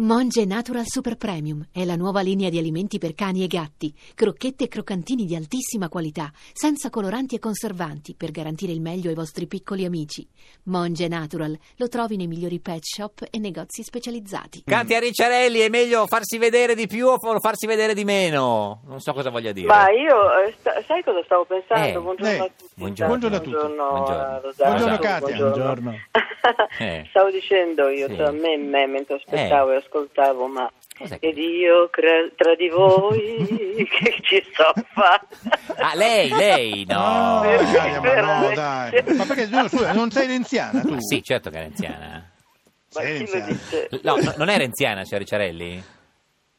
Monge Natural Super Premium è la nuova linea di alimenti per cani e gatti, crocchette e croccantini di altissima qualità, senza coloranti e conservanti, per garantire il meglio ai vostri piccoli amici. Monge Natural lo trovi nei migliori pet shop e negozi specializzati. Mm. Canti a Ricciarelli è meglio farsi vedere di più o for- farsi vedere di meno? Non so cosa voglia dire. Ma io, eh, sta- sai cosa stavo pensando? Eh, buongiorno, a eh, tutti, buongiorno. Buongiorno intanto. a tutti. Buongiorno. Buongiorno, eh, Rosario. Buongiorno Ciao, Katia. Buongiorno. Eh. Stavo dicendo io Sì. tra me e me mentre aspettavo Eh. e ascoltavo, ma Cos'è che- ed io cre- tra di voi che ci so fare. Ah, lei, lei, no. No, Perché? Katia, ma no, Veramente. dai. Ma perché no, scusa, non sei renziana tu? Ma sì, certo che è renziana. Ma chi lo Senza. dice? No, no, non è renziana, signor Ricciarelli?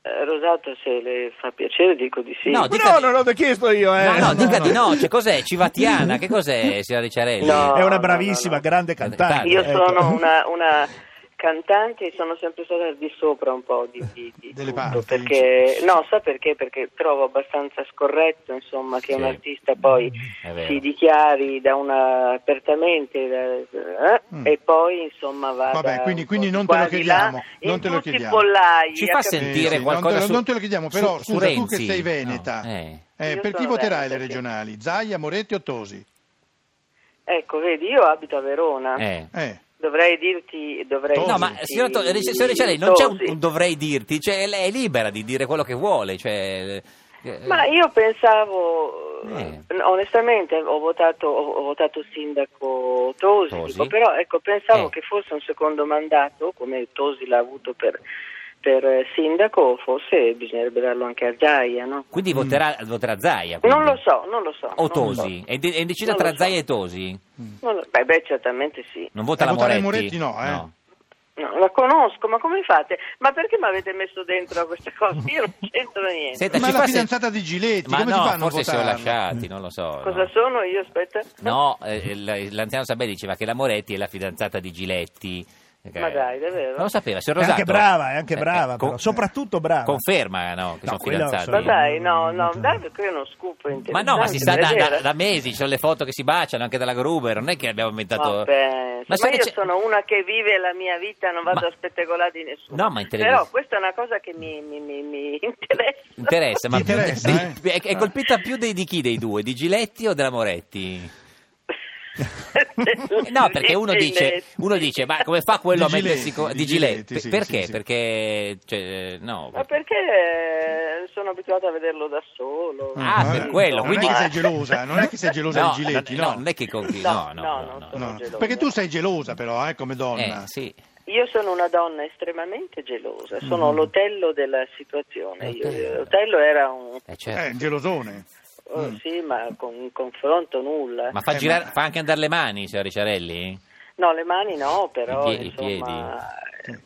Eh, Rosato, se le fa piacere dico di sì. No, di- Ma No, non l'ho chiesto io, eh. No, no, dica no. di no. Cioè, cos'è? Civatiana? Che cos'è, signor Ricciarelli? No. È una bravissima, no, no. grande cantante. Io ecco. sono una, una cantante e sono sempre stata al di sopra un po' di, di- di Delle tutto, parti. perché no, sa perché? Perché trovo abbastanza scorretto, insomma, che Sì. un artista poi È vero. si dichiari da una apertamente da- eh, Mm. e poi insomma vada Vabbè, quindi- un quindi po' non qua te lo di chiediamo, là, non in te lo tutti i chiediamo. pollai, Ci ha fa capito? sentire Sì, sì, qualcosa non te lo- su- non te lo chiediamo, però, su- su scusa, tu Renzi? che sei veneta, No, eh. Eh, Io per chi sono voterai veneta, le sì. regionali? Zaia, Moretti o Tosi? Ecco, vedi, io abito a Verona. Eh. Eh. Dovrei dirti dovrei Tosi. No, ma dirti- signor, To- Ric- signor Ricciarelli, non c'è un, Tosi. un dovrei dirti, cioè lei è libera di dire quello che vuole. Cioè, eh, Ma io pensavo, Eh. eh, onestamente, ho votato, ho ho votato sindaco Tosi, Tosi. dico, però ecco, pensavo Eh. che fosse un secondo mandato, come Tosi l'ha avuto per, per, eh, sindaco, forse bisognerebbe darlo anche a Zaia, no? Mm. Quindi voterà, voterà Zaia. quindi? Non lo so, non lo so. O non lo so. Tosi? È, de- è indecisa Non lo tra so. Zaia e Tosi? Non lo- beh, beh, certamente sì. Non vota Eh, la votare Moretti? Moretti no, eh. No, la conosco, ma come fate? Ma perché mi avete messo dentro a questa cosa? Io non c'entro niente. Senta, Ma ci la fa se- fidanzata di Giletti, Ma come no, si fa a non forse si sono votarla? lasciati, non lo so. Cosa no. sono io? Aspetta. No, eh, l- l'anziano Sabelli diceva che la Moretti è la fidanzata di Giletti. Eh, Ma dai, davvero? Non lo sapeva, signor È anche Rosato. brava, è anche eh, brava, eh, con- però. soprattutto brava. Conferma, no, che No, sono quello fidanzati. Ma sono- dai, no, no, dai, perché è uno scoop Ma no, ma si sta da, interessante, da- vedere. da mesi, ci sono le foto che si baciano anche dalla Gruber, non è che abbiamo inventato... Ma pensa, ma signor io Ricci- sono una che vive la mia vita, non vado Ma- a spettegolare di nessuno. No, ma in televisione- Però questa è una cosa che mi, mi- mi- mi interessa. Interessa, ma Ti interessa, più- eh? è, è colpita più dei, di chi dei due? Di Giletti o della Moretti? No, perché uno dice, uno dice ma come fa quello Di a mettersi Giletti, co- di di Giletti? Giletti, sì, perché? sì, sì. Perché, cioè, no, Ma perché eh, sono abituata a vederlo da solo? Ah, vabbè, per quello, Non quindi- è che sei gelosa, non è che sei gelosa No, di Giletti, non- no. no, non è che con chi- no, no, No, no, no, non no. sono No, gelosa. Perché tu sei gelosa però, eh, come donna. Eh, sì. Io sono una donna estremamente gelosa, sono l'otello della situazione. Io- Mm. L'Otello. l'otello era un... Eh, certo. Eh, gelosone. oh, sì, ma con un confronto nulla. Ma fa, Eh, girare, ma- fa anche andare le mani, signor Ricciarelli? No, le mani no, però I pie- i insomma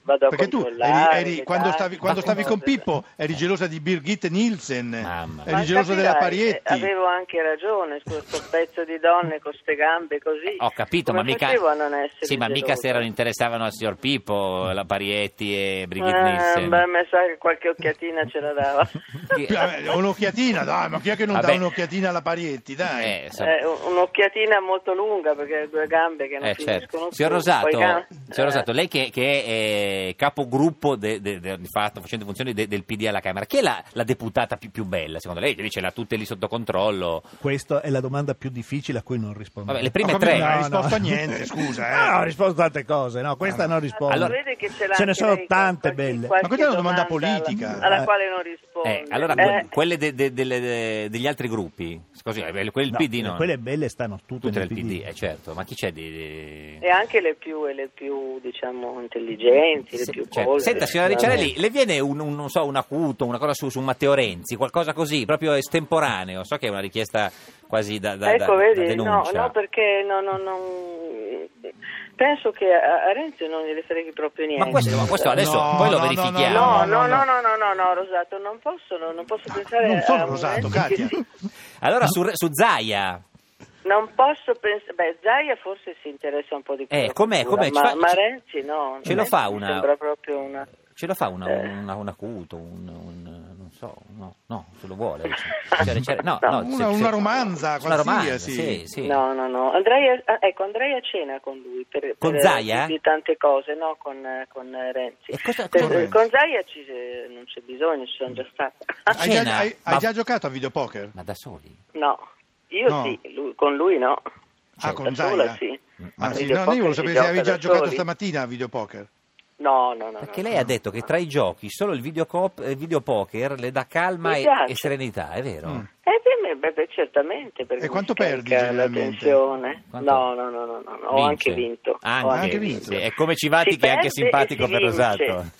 vado a Perché tu controllare. eri- eri- le quando tasche, stavi, quando le stavi con cose. Pippo eri gelosa di Birgit Nielsen, Mamma mia. eri gelosa capirai, della eh, Parietti. Avevo anche ragione su questo pezzo di donne con ste gambe così. Ho capito, Come ma mica. facevo a non essere Sì, ma mica gelosa? Eh, se erano interessavano al signor Pippo, la Parietti e Brigitte Eh, Nielsen. beh, mi sa che qualche occhiatina ce la dava. Chi- Eh, Un'occhiatina, dai, ma chi è che non Vabbè. dà un'occhiatina alla Parietti, dai? Eh, insomma, Eh, un- un'occhiatina molto lunga perché due gambe che non eh, finiscono certo. Signor più, Rosato, poi gam- signor Rosato, eh, lei che, che è eh, capogruppo de- de- de- di fatto, facendo funzioni de- del PD alla Camera, chi è la, la deputata più, più bella secondo lei? Che Dice l'ha tutte lì sotto controllo. Questa è la domanda più difficile a cui non rispondo. Vabbè, le Ho prime capito, tre. ma hai risposto a niente, scusa, eh. No, ho risposto a tante cose, no, questa non rispondo. Allora- vede Ah, che ce, l'ha ce ne anche sono lei tante qualche- belle. qualche Ma questa è una domanda alla- politica. alla, Eh. quale non risponde Eh, allora que- Eh, quelle de- de- delle- de- degli altri gruppi, scusi, eh, quel No, PD no. Quelle belle stanno tutte, tutte nel del PD, eh, certo, ma chi c'è di... di- e anche le più, e le più diciamo intelligenti, le Se- più cioè, colpe. senta, signora Ricciarelli, le viene un, un- non so, un acuto, una cosa su, su Matteo Renzi, qualcosa così, proprio estemporaneo? So che è una richiesta quasi da, da, da- ecco, da vedi, no, denuncia. no, perché no, no, no, penso che a, a Renzi non gliene freghi proprio niente. Ma questo, ma questo adesso No, poi lo no, no, verifichiamo. Eh, No, No, no, no, no, no, no, no, no, Rosato, non posso, non posso pensare Ah, non sono a un Rosato, Renzi Katia. che- Allora su, su Zaia, Non posso pensare, beh, Zaia forse si interessa un po' di più. Eh, alla com'è, cultura, com'è? Ci Ma, fa- ma Renzi no. ce lo Renzi fa mi una- Sembra proprio una... Ce la fa una, Eh. una- un acuto, un, un- non so, no, no, se lo vuole. Cioè, cioè, no, No. no, se- Una, se- una romanza una romanza, qualsiasi. sì, sì. No, no, no. Andrei a, ah, ecco, andrei a cena con lui per, Con per Zaia? di tante cose, no? Con, eh, con eh, Renzi. E cosa- Per- cosa- Renzi? con Zaia ci- eh, non c'è bisogno, ci sono già stata. Hai, Cena, già, hai- hai ma- già giocato a videopoker? Ma da soli? no, io No. sì, lui- con lui no. Ah, Cioè, con da sola Zaia? sì. Ah, A sì, no, videopoker io volevo sapere si se gioca avevi già da giocato soli. stamattina a videopoker. No, no, no. Perché no, lei ha no, detto che no. tra i giochi solo il videocop- eh, videopoker le dà calma Mi e, piace. e serenità, è vero? Mm. Eh, beh, beh, beh, certamente. Perché E mi quanto scarica perdi, la generalmente? tensione. Quanto? No, no, no, no, no, no, ho Vince. Ah, anche vinto. Anche, Ho anche vinto. sì, È come Civati Si che è anche perde e simpatico si per Rosato.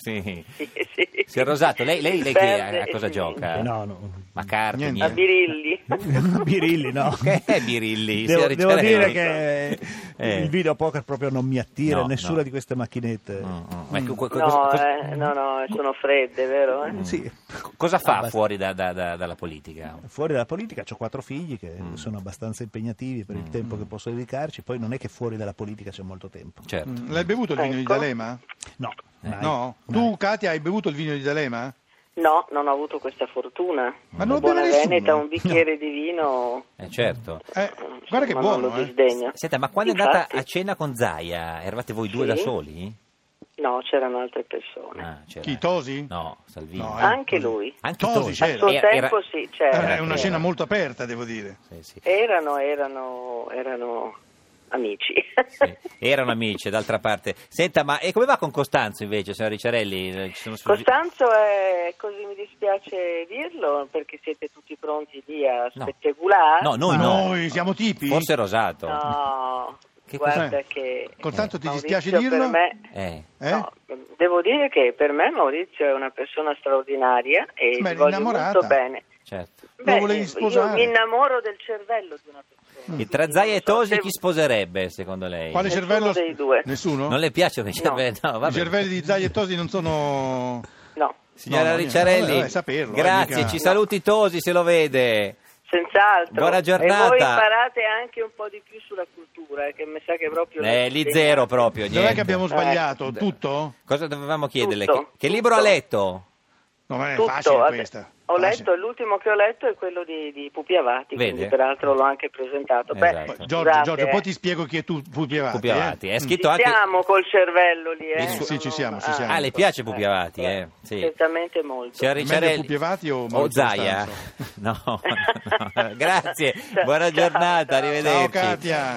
Sì. vince. Sì, sì. Signor Rosato, lei, lei- Si lei che- perde a, a e cosa si gioca? Eh, no, no. Ma carte, Niente. A niente. birilli. Birilli, no. Che è Birilli, Devo, signor devo dire Ricciarelli? che Eh. il video poker proprio non mi attira, No, nessuna no. di queste macchinette. Mm, mm. Ma Mm. co- co- cosa, No, cosa- eh, no, no, sono fredde, vero? eh? Mm. Sì. cosa fa Abbast- fuori da- da- da- dalla politica? Fuori dalla politica ho quattro figli che Mm. sono abbastanza impegnativi per Mm. il tempo che posso dedicarci, poi non è che fuori dalla politica c'è molto tempo. Certo. Mm, L'hai bevuto il vino Ecco. di D'Alema? No, eh. mai. No? Mai. Tu, Katia, hai bevuto il vino di D'Alema? No, non ho avuto questa fortuna. Ma non lo Buona beve nessuno. Veneta, un bicchiere di vino. Eh, certo. Eh, insomma, guarda che Non buono, lo eh. disdegno. Senta, ma quando è Infatti, andata a cena con Zaia, eravate voi due Sì. da soli? No, c'erano altre persone. Ah, c'era- Chi, Tosi? No, Salvini. No, eh. Anche lui. Anche Tosi Tosi. c'era. Ah, Al suo Era- era- tempo sì, Era- Eh, c'era. È una scena molto aperta, devo dire. Sì, sì. Erano, erano, erano amici. Sì, Erano amici, d'altra parte. Senta, ma e come va con Costanzo invece, signor Ricciarelli? Eh, Ci sono sfuggi- Costanzo è, così mi dispiace dirlo, perché siete tutti pronti lì a No. spettegolare. No, noi Ma no. noi siamo tipi? Forse Rosato. No, Che guarda cos'è? che... Costanzo, ti Maurizio dispiace per dirlo? me- Eh. Eh? No, devo dire che per me Maurizio è una persona straordinaria e Ma gli eri voglio innamorata? molto bene. Certo. Lo Beh, volevi io- sposare? Io mi innamoro del cervello di una persona. E tra Zaia e Tosi Mm. Se- chi sposerebbe, secondo lei? Quale Nessuno cervello? dei due. Nessuno? Non le piacciono i No. cervelli? No, I vabbè. cervelli di Zai e Tosi non sono... No, Signora No, no, niente. Ricciarelli, Vabbè, vabbè, saperlo, eh, grazie, mica- ci saluti Tosi se lo vede. senz'altro. Buona giornata. E voi imparate anche un po' di più sulla cultura, eh, che mi sa che proprio... Eh, lì zero proprio, Dov'è niente. che abbiamo Eh. sbagliato? Tutto? Cosa dovevamo chiederle? Tutto, che, che libro ha tutto. letto? No, pues, ma è Tutto, eh, facile vabbè. questa. Ho Facile. letto, l'ultimo che ho letto è quello di, di Pupi Avati, Vede? quindi peraltro l'ho anche presentato. Beh, Esatto. Poi, Giorgio, scusate, Giorgio, eh. poi ti spiego chi è tu, Pupi Avati. Pupi Avati, è Mm. scritto ci anche... siamo col cervello lì, eh. Il suo- Sì, ci siamo, ci siamo. Ah, le piace Pupi Avati, eh? Sì. Certamente molto. Signor Meglio Ricciarelli... Pupi Avati o o Maurizio Zaia? Costanzo? No, no, no. grazie, buona Ciao, giornata, ciao. arrivederci. Ciao Katia.